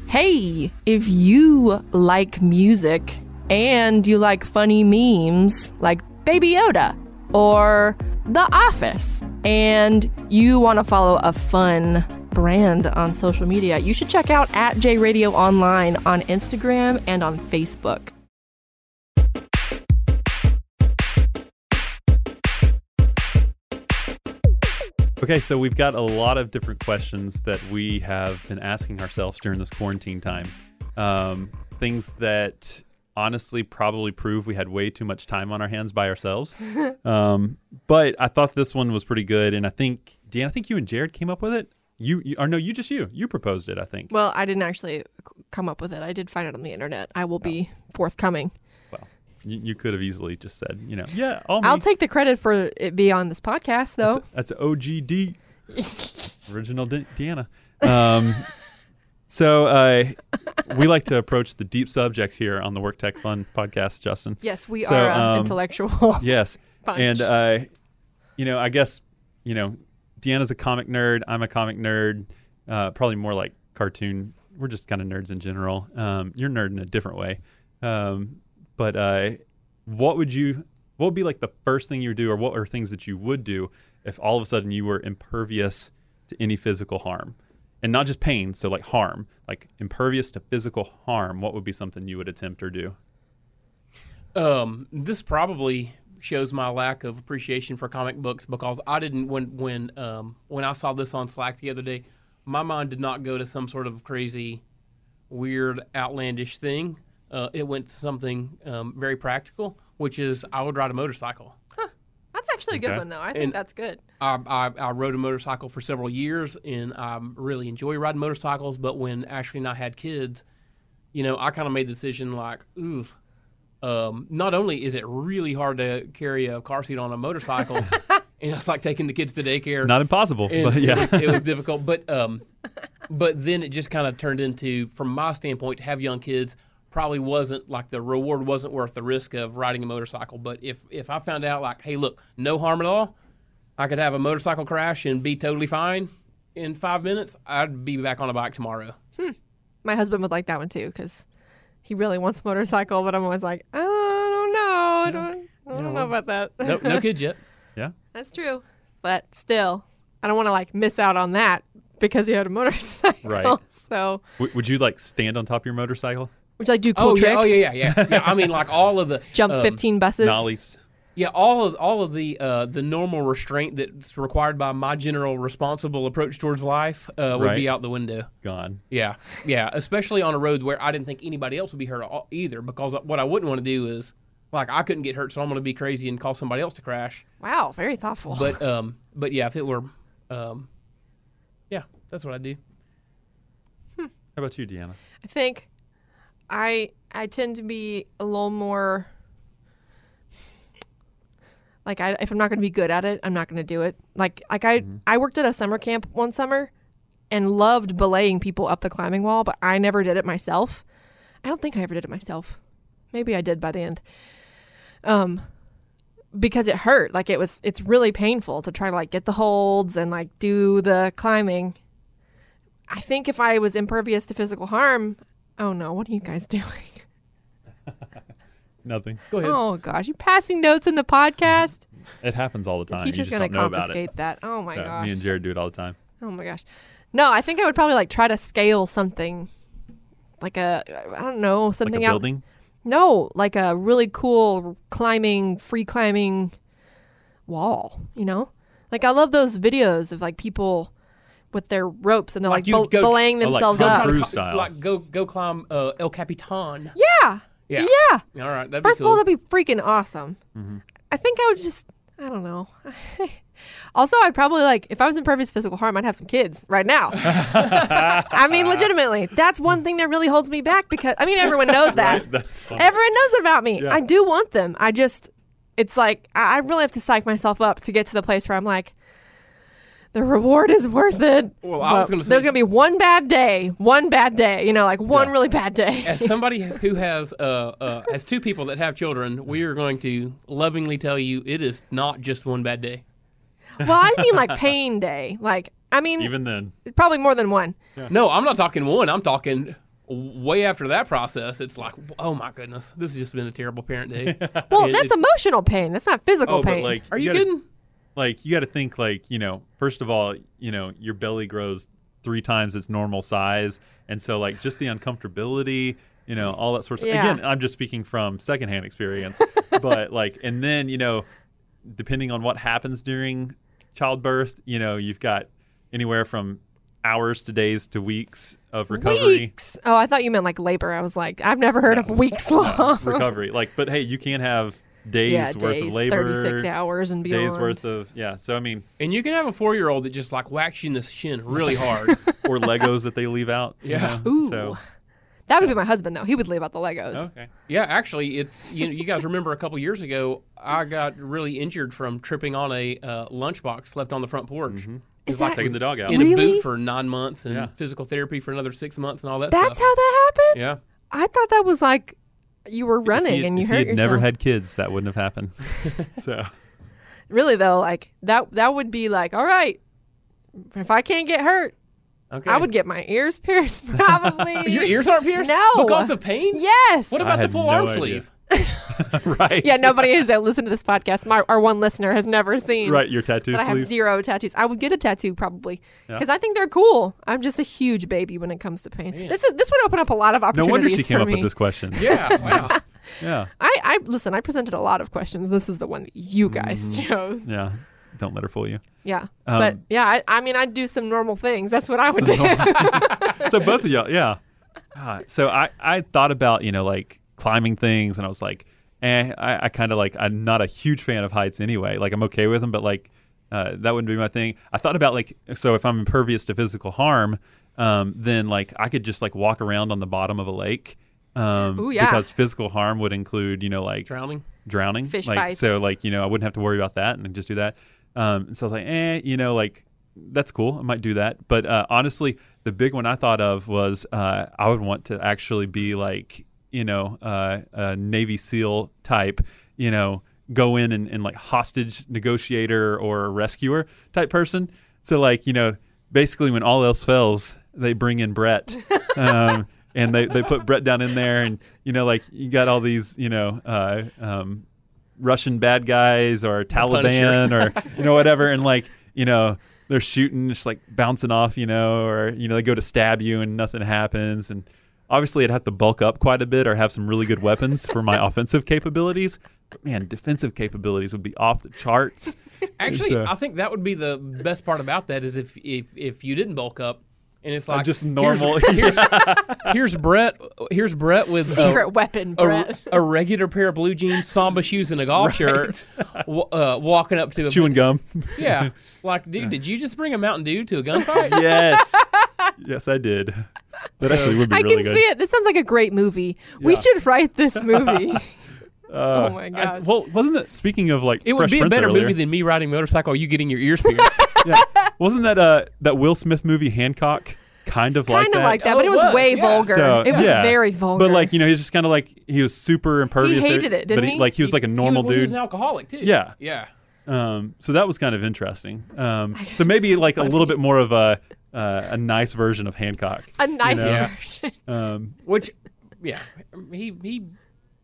[SPEAKER 1] Hey, if you like music and you like funny memes like Baby Yoda or The Office, and you want to follow a fun brand on social media, you should check out at J Radio Online on Instagram and on Facebook.
[SPEAKER 5] Okay, so we've got a lot of different questions that we have been asking ourselves during this quarantine time. Um, things that honestly probably prove we had way too much time on our hands
[SPEAKER 1] [laughs]
[SPEAKER 5] by ourselves. um, but I thought this one was pretty good, and I think Dan, I think you and Jared came up with it. You, you or no, you just you you proposed it, I think.
[SPEAKER 1] Well, I didn't actually c- come up with it. I did find it on the internet. I will be
[SPEAKER 6] Oh.
[SPEAKER 1] forthcoming.
[SPEAKER 5] Well, you, you could have easily just said, you know, yeah, all me.
[SPEAKER 1] I'll take the credit for it being on this podcast, though.
[SPEAKER 5] That's, that's OGD. Original De- Deanna. Um, so uh, we like to approach the deep subjects here on the Work Tech Fun podcast, Justin.
[SPEAKER 1] Yes, we
[SPEAKER 5] So,
[SPEAKER 1] are uh,
[SPEAKER 5] um,
[SPEAKER 6] [laughs]
[SPEAKER 1] intellectual.
[SPEAKER 5] Yes.
[SPEAKER 1] Punch.
[SPEAKER 5] And, uh, you know, I guess, you know, Deanna's a comic nerd. I'm a comic nerd. Uh, probably more like cartoon. We're just kind of nerds in general. Um, you're nerd in a different way. Um, but uh, what would you, what would be like the first thing you would do or what are things that you would do if all of a sudden you were impervious to any physical harm? And not just pain, so like harm, like impervious to physical harm, what would be something you would attempt or do?
[SPEAKER 6] Um, this probably shows my lack of appreciation for comic books because I didn't when when um, when I saw this on Slack the other day, my mind did not go to some sort of crazy, weird, outlandish thing. Uh, it went to something um, very practical, which is I would ride a motorcycle.
[SPEAKER 1] That's actually a good
[SPEAKER 5] Okay.
[SPEAKER 1] one, though. I think
[SPEAKER 6] And-
[SPEAKER 1] that's good.
[SPEAKER 6] I, Um, I, I rode a motorcycle for several years, and I really enjoy riding motorcycles. But when Ashley and I had kids, you know, I kind of made the decision like, ooh, um, not only is it really hard to carry a car seat on a motorcycle, and it's like taking the kids to daycare.
[SPEAKER 5] Not impossible,
[SPEAKER 6] and
[SPEAKER 5] but
[SPEAKER 6] it
[SPEAKER 5] yeah.
[SPEAKER 6] was- [laughs]
[SPEAKER 5] [laughs]
[SPEAKER 6] it was difficult. But um, but then it just kind of turned into, from my standpoint, to have young kids probably wasn't like the reward wasn't worth the risk of riding a motorcycle. But if if I found out like, hey, look, no harm at all, I could have a motorcycle crash and be totally fine in five minutes. I'd be back on a bike tomorrow.
[SPEAKER 1] My husband would like that one too because he really wants a motorcycle, but I'm always like, I don't know. I don't, I don't know about that. [laughs]
[SPEAKER 6] No,
[SPEAKER 5] [laughs]
[SPEAKER 6] no kids yet.
[SPEAKER 5] yeah.
[SPEAKER 1] That's true. But still, I don't want to like miss out on that because he had a [laughs] motorcycle.
[SPEAKER 5] Right.
[SPEAKER 1] So,
[SPEAKER 5] W- would you like stand on top of your motorcycle?
[SPEAKER 1] would you like do cool
[SPEAKER 6] Oh
[SPEAKER 1] tricks?
[SPEAKER 6] yeah, oh yeah, yeah, yeah, yeah. I mean, like
[SPEAKER 5] [laughs]
[SPEAKER 6] all of the
[SPEAKER 1] Jump
[SPEAKER 6] um,
[SPEAKER 1] 15 buses?
[SPEAKER 5] Nollies.
[SPEAKER 6] Yeah, all of all of the uh, the normal restraint that's required by my general responsible approach towards life uh, would
[SPEAKER 5] Right.
[SPEAKER 6] be out the window.
[SPEAKER 5] Gone.
[SPEAKER 6] Yeah, yeah, especially on a road where I didn't think anybody else would be hurt at all- either. Because what I wouldn't want to do is like I couldn't get hurt, so I'm going to be crazy and cause somebody else to crash.
[SPEAKER 1] Wow, very thoughtful.
[SPEAKER 6] But um, but yeah, if it were, um, yeah, that's what I do.
[SPEAKER 5] How about you, Deanna?
[SPEAKER 1] I think I I tend to be a little more like I, if I'm not going to be good at it, I'm not going to do it. Like like I I worked at a summer camp one summer and loved belaying people up the climbing wall, but I never did it myself. I don't think I ever did it myself. Maybe I did by the end. Um because it hurt. Like it was it's really painful to try to like get the holds and like do the climbing. I think if I was impervious to physical harm, oh no, what are you guys [laughs] doing?
[SPEAKER 5] Nothing.
[SPEAKER 6] Go ahead.
[SPEAKER 1] Oh gosh, you passing notes in the podcast?
[SPEAKER 5] It happens all the
[SPEAKER 1] The
[SPEAKER 5] time.
[SPEAKER 1] teacher's
[SPEAKER 5] you
[SPEAKER 1] gonna
[SPEAKER 5] just don't know
[SPEAKER 1] confiscate that. Oh my
[SPEAKER 5] about it. So,
[SPEAKER 1] gosh.
[SPEAKER 5] me and Jared do it all the time.
[SPEAKER 1] oh my gosh. No, I think I would probably like try to scale something, like a I don't know
[SPEAKER 5] Like
[SPEAKER 1] something
[SPEAKER 5] a
[SPEAKER 1] out.
[SPEAKER 5] building.
[SPEAKER 1] No, like a really cool climbing, free climbing wall, you know? Like I love those videos of like people with their ropes and they're
[SPEAKER 6] Like
[SPEAKER 1] like,
[SPEAKER 6] you'd
[SPEAKER 1] bel-
[SPEAKER 6] go-
[SPEAKER 1] belaying
[SPEAKER 5] Oh, like
[SPEAKER 1] themselves
[SPEAKER 5] Tom
[SPEAKER 1] up.
[SPEAKER 5] Cruise
[SPEAKER 6] Cl-
[SPEAKER 5] style.
[SPEAKER 6] Like go go climb uh, El Capitan.
[SPEAKER 1] Yeah.
[SPEAKER 6] Yeah.
[SPEAKER 1] Yeah.
[SPEAKER 6] All right, that'd
[SPEAKER 1] First
[SPEAKER 6] be
[SPEAKER 1] of all,
[SPEAKER 6] cool.
[SPEAKER 1] that'd be freaking awesome. I think I would just, I don't know. [laughs] also, I'd probably like, if I was in previous physical harm, I'd have some kids right now. I mean, legitimately, that's one thing that really holds me back because, I mean, everyone knows that.
[SPEAKER 5] That's fun.
[SPEAKER 1] Everyone knows about me. I do want them. I just, it's like, I I really have to psych myself up to get to the place where I'm like, the reward is worth it.
[SPEAKER 6] Well, I was
[SPEAKER 1] But
[SPEAKER 6] gonna say-
[SPEAKER 1] there's going to be one bad day, one bad day, you know, like one really bad day.
[SPEAKER 6] [laughs] As somebody who has uh, uh, as two people that have children, we are going to lovingly tell you it is not just one bad day.
[SPEAKER 1] Well, I mean like pain day. Like I mean,
[SPEAKER 5] Even then,
[SPEAKER 1] probably more than one.
[SPEAKER 6] No, I'm not talking one. I'm talking way after that process. It's like, oh my goodness, this has just been a terrible parent
[SPEAKER 5] [laughs]
[SPEAKER 6] day.
[SPEAKER 1] Well,
[SPEAKER 6] It-
[SPEAKER 1] that's
[SPEAKER 6] it's-
[SPEAKER 1] emotional pain. That's not physical
[SPEAKER 5] oh,
[SPEAKER 1] pain.
[SPEAKER 5] but like,
[SPEAKER 6] Are you
[SPEAKER 5] gotta-
[SPEAKER 6] kidding?
[SPEAKER 5] Like, you got to think, like, you know, first of all, you know, your belly grows three times its normal size, and so like just the uncomfortability, you know, all that sorts. Of,
[SPEAKER 1] Yeah.
[SPEAKER 5] Again, I'm just speaking from secondhand experience, [laughs] but like, and then you know, depending on what happens during childbirth, you know, you've got anywhere from hours to days to weeks of recovery.
[SPEAKER 1] weeks. Oh, I thought you meant like labor. I was like, I've never heard of
[SPEAKER 5] [laughs]
[SPEAKER 1] weeks long.
[SPEAKER 5] recovery. Like, but hey, you can have
[SPEAKER 1] [laughs]
[SPEAKER 5] days
[SPEAKER 1] yeah,
[SPEAKER 5] worth
[SPEAKER 1] days,
[SPEAKER 5] of labor,
[SPEAKER 1] thirty-six hours and beyond.
[SPEAKER 5] days worth of yeah. So I mean,
[SPEAKER 6] And you can have a four year old that just like whacks you in the shin really
[SPEAKER 5] [laughs]
[SPEAKER 6] hard.
[SPEAKER 5] or Legos that they leave out. you
[SPEAKER 6] Yeah.
[SPEAKER 5] know?
[SPEAKER 1] Ooh.
[SPEAKER 5] So
[SPEAKER 1] that would be my husband though. He would leave out the Legos.
[SPEAKER 5] okay.
[SPEAKER 6] yeah, actually, it's you. You guys remember a couple years ago, I got really injured from tripping on a uh, lunchbox left on the front porch.
[SPEAKER 1] Is
[SPEAKER 6] like
[SPEAKER 1] that
[SPEAKER 5] Taking the dog out.
[SPEAKER 6] In a
[SPEAKER 1] Really?
[SPEAKER 6] boot for nine months and
[SPEAKER 5] Mm-hmm. Yeah.
[SPEAKER 6] physical therapy for another six months and all that
[SPEAKER 1] that's
[SPEAKER 6] stuff.
[SPEAKER 1] how that happened?
[SPEAKER 6] yeah.
[SPEAKER 1] I thought that was like you were running
[SPEAKER 5] If he-
[SPEAKER 1] and you
[SPEAKER 5] if
[SPEAKER 1] hurt
[SPEAKER 5] he had
[SPEAKER 1] yourself.
[SPEAKER 5] never had kids, that wouldn't
[SPEAKER 1] [laughs]
[SPEAKER 5] have happened. so [laughs]
[SPEAKER 1] really though, like that that would be like, all right, if I can't get hurt,
[SPEAKER 6] Okay.
[SPEAKER 1] I would get my ears [laughs]
[SPEAKER 5] [laughs]
[SPEAKER 1] pierced probably.
[SPEAKER 6] Your ears aren't pierced?
[SPEAKER 1] No.
[SPEAKER 6] Because of pain?
[SPEAKER 1] Yes.
[SPEAKER 6] What
[SPEAKER 5] I
[SPEAKER 6] about the
[SPEAKER 5] had
[SPEAKER 6] full
[SPEAKER 5] no
[SPEAKER 6] arm
[SPEAKER 5] idea.
[SPEAKER 6] sleeve?
[SPEAKER 5] right,
[SPEAKER 1] Yeah, nobody is that listen to this podcast. My, our one listener has never seen.
[SPEAKER 5] right. Your tattoo
[SPEAKER 1] But I have
[SPEAKER 5] sleeve.
[SPEAKER 1] zero tattoos. I would get a tattoo probably because I think they're cool. I'm just a huge baby when it comes to pain. This is this would open up a lot of
[SPEAKER 5] no
[SPEAKER 1] opportunities
[SPEAKER 5] wonder she
[SPEAKER 1] for
[SPEAKER 5] came up
[SPEAKER 1] me.
[SPEAKER 5] with this question.
[SPEAKER 6] Yeah.
[SPEAKER 5] [laughs]
[SPEAKER 6] Wow.
[SPEAKER 5] Yeah,
[SPEAKER 1] I, I listen. I presented a lot of questions. This is the one that you guys chose. Yeah,
[SPEAKER 5] Mm-hmm. yeah. Um, Don't let her fool you.
[SPEAKER 1] but yeah, I, I mean, I'd do some normal things. That's what I would do. [laughs]
[SPEAKER 5] so both of y'all, yeah. Ah, so I, I thought about you know like climbing things, and I was like, eh, I, I kind of like I'm not a huge fan of heights anyway. Like I'm okay with them, but like uh, that wouldn't be my thing. I thought about like so if I'm impervious to physical harm, um, then like I could just like walk around on the bottom of a lake. Um,
[SPEAKER 1] Ooh, yeah.
[SPEAKER 5] Because physical harm would include you know like
[SPEAKER 6] Drowning.
[SPEAKER 5] drowning.
[SPEAKER 1] Fish
[SPEAKER 5] like,
[SPEAKER 1] bites.
[SPEAKER 5] So like you know, I wouldn't have to worry about that and just do that. Um, so I was like, eh, you know, like that's cool. I might do that. But uh, honestly, the big one I thought of was uh, I would want to actually be like you know uh, a Navy SEAL type. You know, go in and, and like hostage negotiator or rescuer type person. So like you know, basically when all else fails, they bring
[SPEAKER 1] [laughs]
[SPEAKER 5] in Brett. Um, And they, they put Brett down in there, and you know, like you got all these, you know, uh, um, Russian bad guys or Taliban or
[SPEAKER 1] [laughs]
[SPEAKER 5] you know whatever, and like you know they're shooting, just like bouncing off, you know, or you know they go to stab you and nothing happens, and obviously I'd have to bulk up quite a bit or have some really good weapons
[SPEAKER 1] [laughs]
[SPEAKER 5] for my offensive capabilities. But man, defensive capabilities would be off the
[SPEAKER 6] [laughs]
[SPEAKER 5] charts.
[SPEAKER 6] Actually,
[SPEAKER 5] It's, uh,
[SPEAKER 6] I think that would be the best part about that is if if, if you didn't bulk up and it's like
[SPEAKER 5] just
[SPEAKER 6] here's-
[SPEAKER 5] normal.
[SPEAKER 6] Here's, [laughs] here's Brett. Here's Brett with uh,
[SPEAKER 1] Secret weapon,
[SPEAKER 5] Oh,
[SPEAKER 6] a,
[SPEAKER 1] Brett.
[SPEAKER 6] a regular pair of blue jeans, samba shoes, and a golf shirt, w- uh, walking up to the
[SPEAKER 5] [laughs] Chewing gum. [laughs]
[SPEAKER 6] Yeah, like dude, did you just bring a Mountain Dew to a gunfight?
[SPEAKER 5] yes, [laughs] yes, I did. That actually would be
[SPEAKER 1] I
[SPEAKER 5] really
[SPEAKER 1] can
[SPEAKER 5] good.
[SPEAKER 1] see it. This sounds like a great movie. We
[SPEAKER 5] Yeah.
[SPEAKER 1] should write this
[SPEAKER 5] [laughs]
[SPEAKER 1] movie. oh my
[SPEAKER 5] Uh, I-
[SPEAKER 1] gosh.
[SPEAKER 5] well, wasn't it? Speaking of like,
[SPEAKER 6] It would
[SPEAKER 5] Fresh
[SPEAKER 6] be a
[SPEAKER 5] Prince
[SPEAKER 6] better
[SPEAKER 5] earlier-
[SPEAKER 6] movie than me riding motorcycle. Or you getting your
[SPEAKER 5] [laughs]
[SPEAKER 6] ears pierced?
[SPEAKER 5] yeah. Wasn't that uh that Will Smith movie Hancock kind of like
[SPEAKER 1] kind of
[SPEAKER 5] that?
[SPEAKER 1] like that,
[SPEAKER 6] Oh,
[SPEAKER 1] but
[SPEAKER 6] it
[SPEAKER 1] it was
[SPEAKER 6] was,
[SPEAKER 1] way
[SPEAKER 6] yeah.
[SPEAKER 1] vulgar.
[SPEAKER 5] So,
[SPEAKER 1] it was
[SPEAKER 5] yeah.
[SPEAKER 1] very vulgar.
[SPEAKER 5] But like you know, he was just kind of like he was super impervious. to
[SPEAKER 1] hated it,
[SPEAKER 5] but
[SPEAKER 1] didn't
[SPEAKER 5] he,
[SPEAKER 1] he?
[SPEAKER 5] Like he was like a normal
[SPEAKER 6] Well, He was
[SPEAKER 5] dude.
[SPEAKER 6] an alcoholic too.
[SPEAKER 5] Yeah.
[SPEAKER 6] yeah.
[SPEAKER 5] Um, so that was kind of interesting. Um,
[SPEAKER 1] [laughs]
[SPEAKER 5] so maybe like a little bit more of a uh, a nice version of Hancock.
[SPEAKER 1] a nice [laughs]
[SPEAKER 5] know? Yeah.
[SPEAKER 1] version.
[SPEAKER 5] Um,
[SPEAKER 6] Which, yeah, he he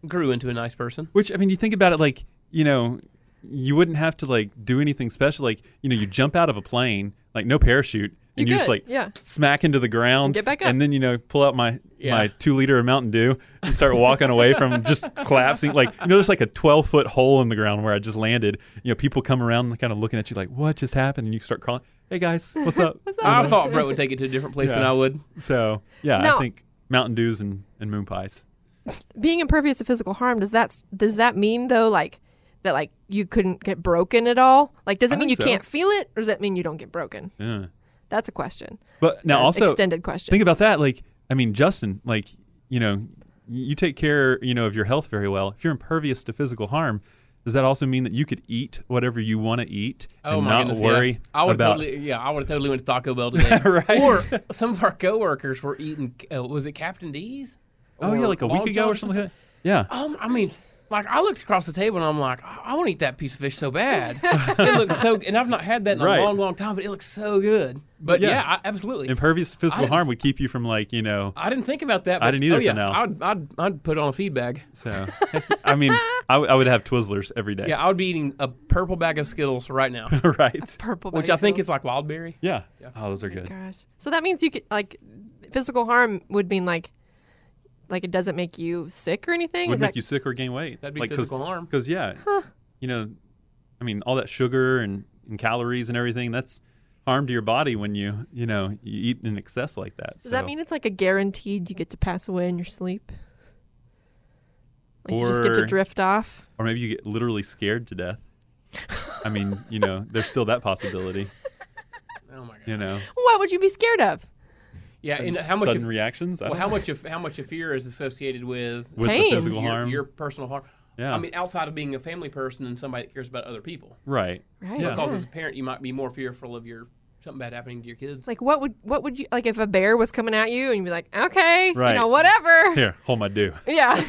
[SPEAKER 6] grew into a nice person.
[SPEAKER 5] Which I mean, you think about it, like you know, you wouldn't have to like do anything special. Like you know, you jump out of a plane, like no parachute, and
[SPEAKER 1] You
[SPEAKER 5] you just
[SPEAKER 1] could,
[SPEAKER 5] like
[SPEAKER 1] yeah.
[SPEAKER 5] smack into the ground,
[SPEAKER 1] get back up.
[SPEAKER 5] and then you know, pull out my
[SPEAKER 6] Yeah.
[SPEAKER 5] my two liter of Mountain Dew and start walking
[SPEAKER 1] [laughs]
[SPEAKER 5] away from just collapsing. Like you know, there's like a twelve foot hole in the ground where I just landed. You know, people come around and kind of looking at you like, what just happened? And you start crawling. hey guys,
[SPEAKER 1] [laughs]
[SPEAKER 5] what's up?
[SPEAKER 1] What's up?
[SPEAKER 6] I thought Brett would take it to a different place than
[SPEAKER 5] Yeah.
[SPEAKER 6] I would.
[SPEAKER 5] So yeah,
[SPEAKER 1] No.
[SPEAKER 5] I think Mountain Dews and, and Moon Pies.
[SPEAKER 1] Being impervious to physical harm does that does that mean though like that like you couldn't get broken at all? Like does it
[SPEAKER 5] I
[SPEAKER 1] mean you
[SPEAKER 5] think so.
[SPEAKER 1] can't feel it or does that mean you don't get broken?
[SPEAKER 5] Yeah.
[SPEAKER 1] That's a question.
[SPEAKER 5] But now
[SPEAKER 1] An
[SPEAKER 5] also
[SPEAKER 1] extended question.
[SPEAKER 5] think about that. Like I mean, Justin, like you know, y- you take care you know of your health very well. If you're impervious to physical harm. Does that also mean that you could eat whatever you want to eat
[SPEAKER 6] Oh
[SPEAKER 5] and
[SPEAKER 6] my
[SPEAKER 5] not
[SPEAKER 6] goodness,
[SPEAKER 5] worry
[SPEAKER 6] yeah. I would
[SPEAKER 5] about
[SPEAKER 6] totally, yeah, I would have totally went to Taco Bell today.
[SPEAKER 5] [laughs] Right.
[SPEAKER 6] Or some of our coworkers were eating. Uh, was it Captain D's?
[SPEAKER 5] oh yeah,
[SPEAKER 6] Or
[SPEAKER 5] like a
[SPEAKER 6] Long
[SPEAKER 5] week ago or
[SPEAKER 6] John's?
[SPEAKER 5] something like that? Yeah.
[SPEAKER 6] Um, I mean, like I looked across the table and I'm like, I, I want to eat that piece of fish
[SPEAKER 5] [laughs]
[SPEAKER 6] so bad. it looks so, and I've not had that in
[SPEAKER 5] Right.
[SPEAKER 6] a long, long time, but it looks so good. But
[SPEAKER 5] Yeah.
[SPEAKER 6] yeah, I, absolutely.
[SPEAKER 5] [laughs] Impervious to physical
[SPEAKER 6] I-
[SPEAKER 5] harm would keep you from like, you know,
[SPEAKER 6] I didn't think about that. But,
[SPEAKER 5] I didn't either
[SPEAKER 6] Oh,
[SPEAKER 5] till
[SPEAKER 6] yeah,
[SPEAKER 5] now.
[SPEAKER 6] I'd, I'd, I'd put on a feed bag. [laughs]
[SPEAKER 5] so I mean, I, w- I would have Twizzlers every day.
[SPEAKER 6] Yeah, I would be eating a purple bag of Skittles
[SPEAKER 5] [laughs]
[SPEAKER 6] right now,
[SPEAKER 5] right.
[SPEAKER 1] Purple
[SPEAKER 6] which I think
[SPEAKER 1] bicycle.
[SPEAKER 6] is like wildberry.
[SPEAKER 5] Yeah. Oh, those are good.
[SPEAKER 1] Gosh. So that means you could like physical harm would mean like like it doesn't make you sick or anything.
[SPEAKER 5] would
[SPEAKER 1] Is
[SPEAKER 5] make
[SPEAKER 1] that
[SPEAKER 5] you sick or gain weight.
[SPEAKER 6] That'd be
[SPEAKER 5] cause,
[SPEAKER 6] physical harm.
[SPEAKER 5] Because yeah, you know, I mean, all that sugar and, and calories and everything that's harm to your body when you you know you eat in excess like that.
[SPEAKER 1] does that mean it's like a guaranteed you get to pass away in your sleep? Like you just get to
[SPEAKER 5] Or-
[SPEAKER 1] drift off.
[SPEAKER 5] Or maybe you get literally scared to death. I mean, you
[SPEAKER 6] [laughs]
[SPEAKER 5] know, there's still that possibility.
[SPEAKER 6] Oh my god.
[SPEAKER 5] You know,
[SPEAKER 1] What would you be scared of?
[SPEAKER 6] Yeah, and how much?
[SPEAKER 5] sudden
[SPEAKER 6] Of,
[SPEAKER 5] reactions. I
[SPEAKER 6] well,
[SPEAKER 5] don't
[SPEAKER 6] how
[SPEAKER 5] know.
[SPEAKER 6] much of how much of fear is associated with
[SPEAKER 5] with
[SPEAKER 1] Pain.
[SPEAKER 5] the physical
[SPEAKER 6] your,
[SPEAKER 5] harm?
[SPEAKER 6] your personal harm?
[SPEAKER 5] Yeah.
[SPEAKER 6] I mean, outside of being a family person and somebody that cares about other people,
[SPEAKER 5] right.
[SPEAKER 1] Right.
[SPEAKER 5] Yeah.
[SPEAKER 6] because as a parent, you might be more fearful of your something bad happening to your kids.
[SPEAKER 1] Like what would what would you like if a bear was coming at you and you'd be like, Okay,
[SPEAKER 5] Right.
[SPEAKER 1] you know, whatever.
[SPEAKER 5] [laughs] Here, hold my dew.
[SPEAKER 1] [laughs]
[SPEAKER 5] [laughs]
[SPEAKER 1] Yeah.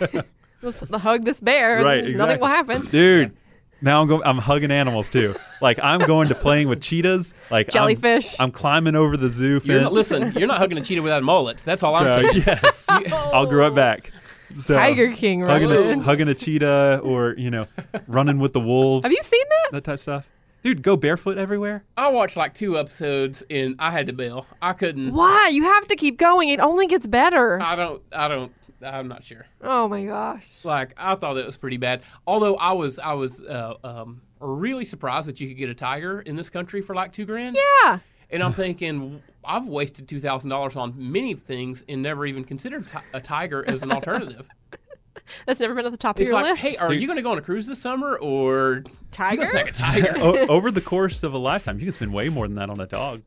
[SPEAKER 1] Let's hug this bear and
[SPEAKER 5] Right,
[SPEAKER 1] there's nothing will
[SPEAKER 5] exactly.
[SPEAKER 1] happen.
[SPEAKER 5] dude. Now I'm going. I'm hugging animals too. Like I'm going to playing with cheetahs. Like I'm-
[SPEAKER 1] Jellyfish.
[SPEAKER 5] I'm, climbing over the zoo fence.
[SPEAKER 6] You're not, listen, you're not hugging a cheetah without a mullet. That's all I'm
[SPEAKER 5] So,
[SPEAKER 6] saying.
[SPEAKER 1] [laughs]
[SPEAKER 5] yes, I'll grow it back. So,
[SPEAKER 1] Tiger King
[SPEAKER 5] Hugging a,
[SPEAKER 1] reference.
[SPEAKER 5] hugging a cheetah, or you know, running with the wolves.
[SPEAKER 1] Have you seen that?
[SPEAKER 5] that type of stuff? Dude, go
[SPEAKER 1] [laughs]
[SPEAKER 5] barefoot everywhere.
[SPEAKER 6] I watched like two episodes and I had to bail. I couldn't.
[SPEAKER 1] Why? You have to keep going. It only gets better.
[SPEAKER 6] I don't. I don't. I'm not sure.
[SPEAKER 1] oh my gosh.
[SPEAKER 6] Like I thought that was pretty bad. Although I was, I was uh, um, really surprised that you could get a tiger in this country for like two grand.
[SPEAKER 1] Yeah.
[SPEAKER 6] And I'm thinking, I've wasted two thousand dollars on many things and never even considered ti- a tiger as an
[SPEAKER 1] [laughs]
[SPEAKER 6] alternative.
[SPEAKER 1] That's never been at the top
[SPEAKER 6] it's
[SPEAKER 1] of your
[SPEAKER 6] like,
[SPEAKER 1] list.
[SPEAKER 6] hey, are you going to go on a cruise this summer or
[SPEAKER 1] Tiger?
[SPEAKER 6] You gonna
[SPEAKER 5] [laughs]
[SPEAKER 6] snag a tiger?
[SPEAKER 5] O- over the course of a lifetime, you can spend way more than that on a dog.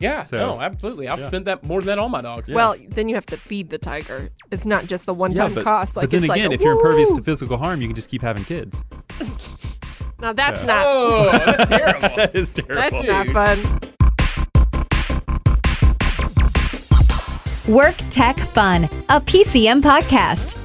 [SPEAKER 6] yeah,
[SPEAKER 5] So-
[SPEAKER 6] no, absolutely. I've spent that more than that on my dogs.
[SPEAKER 1] Well, then you have to feed the tiger. It's not just the one time
[SPEAKER 5] but,
[SPEAKER 1] cost. Like
[SPEAKER 5] but then
[SPEAKER 1] it's
[SPEAKER 5] again,
[SPEAKER 1] like,
[SPEAKER 5] if you're impervious to
[SPEAKER 1] woo!
[SPEAKER 5] physical harm, you can just keep having kids.
[SPEAKER 1] now that's not
[SPEAKER 6] oh, that's terrible.
[SPEAKER 5] That is terrible.
[SPEAKER 1] that's not fun.
[SPEAKER 4] Work Tech Fun, a PCM podcast.